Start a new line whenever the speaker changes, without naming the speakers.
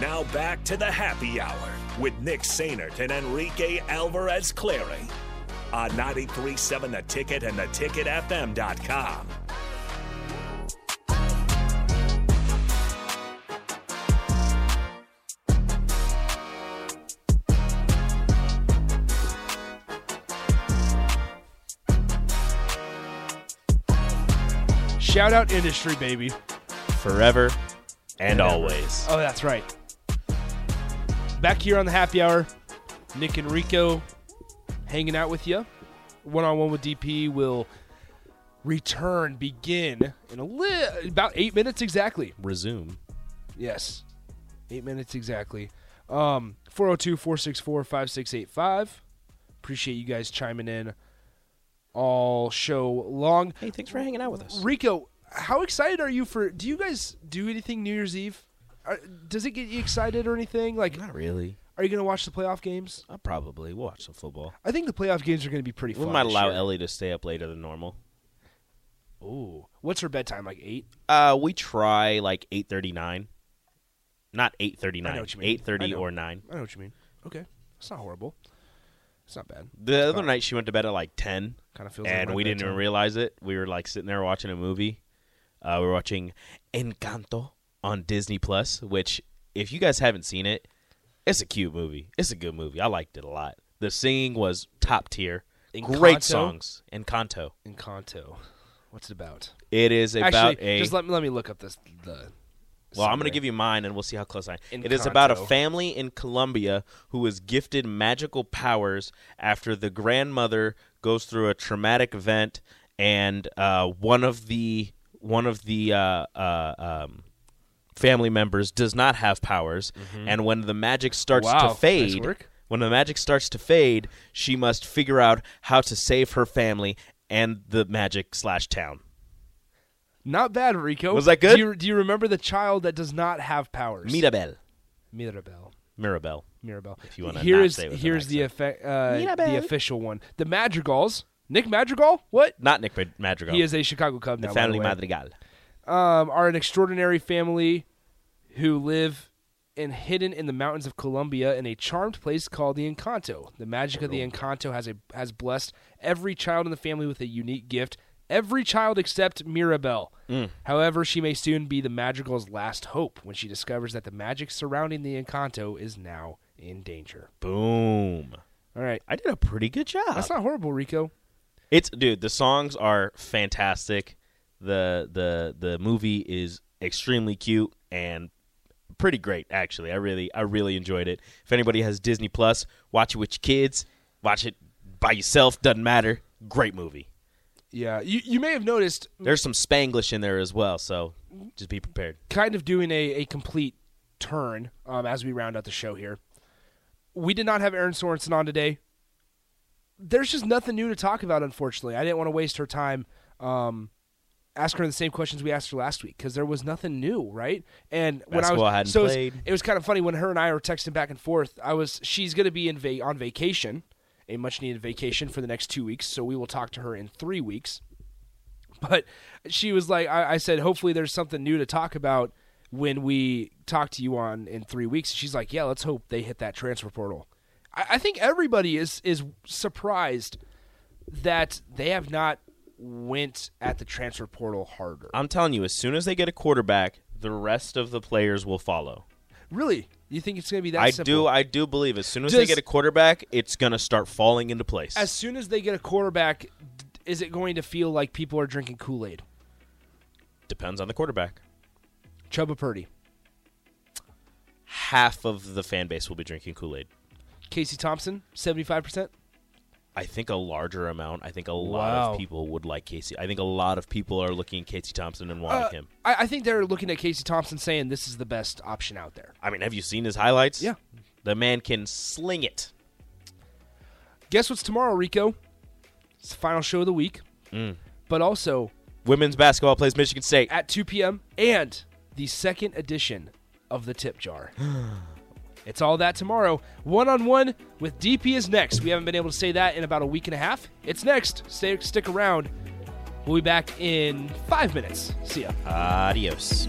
Now back to the happy hour with Nick Sainert and Enrique Alvarez Clary on 937 The Ticket and theticketfm.com.
Shout out industry, baby.
forever and always.
Oh, that's right. Back here on the happy hour, Nick and Rico hanging out with you. One on one with DP will return, begin in a li- about eight minutes exactly.
Resume.
Yes. Eight minutes exactly. Um, 402 464 5685. Appreciate you guys chiming in all show long.
Hey, thanks for hanging out with us.
Rico, how excited are you for? Do you guys do anything New Year's Eve? Are, does it get you excited or anything? Like,
Not really.
are you going to watch the playoff games?
I'll probably watch some football.
I think the playoff games are going to be pretty
We
fun.
might
this
allow
year.
Ellie to stay up later than normal.
Ooh, what's her bedtime? Like eight?
Uh, we try like eight thirty nine, not eight thirty
I know
nine,
what you mean.
eight
I
thirty
know.
or nine.
I know what you mean. Okay, it's not horrible. It's not bad.
The other night she went to bed at like ten,
Kinda feels like
and
my
we didn't even
bedtime.
realize it. We were like sitting there watching a movie. Uh, we were watching Encanto on Disney Plus, which if you guys haven't seen it, it's a cute movie. It's a good movie. I liked it a lot. The singing was top tier.
Encanto?
Great songs. Encanto.
Encanto. What's it about?
It is about
Actually,
a
just let me let me look up this. The
Well, I'm going
summary.
to give you mine, and we'll see how close I am.
In
it is about a
Kanto.
family in Colombia who is gifted magical powers after the grandmother goes through a traumatic event, and uh, one of the one of the uh, uh, um, family members does not have powers, and when the magic starts
Mm-hmm. Wow,
to
nice
fade.
work.
When the magic starts to fade, she must figure out how to save her family and the magic slash town.
Not bad, Rico.
Was that good?
Do you, do you remember the child that does not have powers?
Mirabel.
Mirabel.
Mirabel.
Mirabel. If
you wanna
here
not
is
say it with an
here's the effect uh, the
Mirabel.
official one. The Madrigals. Nick Madrigal. What?
Not Nick Mad- Madrigal.
He is a Chicago Cub
the
now. by
family
way.
Madrigal.
Um, are an extraordinary family who live and hidden in the mountains of Colombia in a charmed place called the Encanto. The magic of the Encanto has a has blessed every child in the family with a unique gift. Every child except Mirabel.
Mm.
However, she may soon be the Madrigal's last hope when she discovers that the magic surrounding the Encanto is now in danger.
Boom.
All right.
I did a pretty good job.
That's not horrible, Rico.
it's dude, the songs are fantastic. The the the movie is extremely cute and pretty great actually. I really I really enjoyed it. If anybody has Disney Plus, watch it with your kids, watch it by yourself, doesn't matter. Great movie.
Yeah. You you may have noticed
There's some Spanglish in there as well, so just be prepared.
kind of doing a, a complete turn um, as we round out the show here. We did not have Aaron Sorensen on today. There's just nothing new to talk about, unfortunately. I didn't want to waste her time. Um, ask her the same questions we asked her last week because there was nothing new, right? And when I
Basketball
was
hadn't
so it was-
played.
it was kind of funny when her and I were texting back and forth. I was she's going to be in va- on vacation, a much needed vacation for the next two weeks. So we will talk to her in three weeks. But she was like, I, I said, hopefully there's something new to talk about when we talk to you on in three weeks. She's like, yeah, let's hope they hit that transfer portal. I, I think everybody is is surprised that they have not went at the transfer portal harder.
I'm telling you, as soon as they get a quarterback, the rest of the players will follow.
Really, you think it's going to be that?
I
simple?
do I do believe as soon as they
Does-
get a quarterback, it's gonna start falling into place.
as soon as they get a quarterback, d- is it going to feel like people are drinking Kool Aid?
Depends on the quarterback.
Chuba Purdy,
Half of the fan base will be drinking Kool Aid.
Casey Thompson, seventy-five percent.
I think a larger amount. I think a lot
Wow.
of people would like Casey. I think a lot of people are looking at Casey Thompson and wanting him.
Uh, I, I think they're looking at Casey Thompson saying this is the best option out there.
I mean, have you seen his highlights?
Yeah.
The man can sling it.
Guess what's tomorrow, Rico? It's the final show of the week, but also
Women's basketball plays Michigan State.
at two p.m. and the second edition of the Tip Jar. It's all that tomorrow. One on one with DP is next. We haven't been able to say that in about a week and a half. It's next. Stay stick around. We'll be back in five minutes. See ya.
Adios.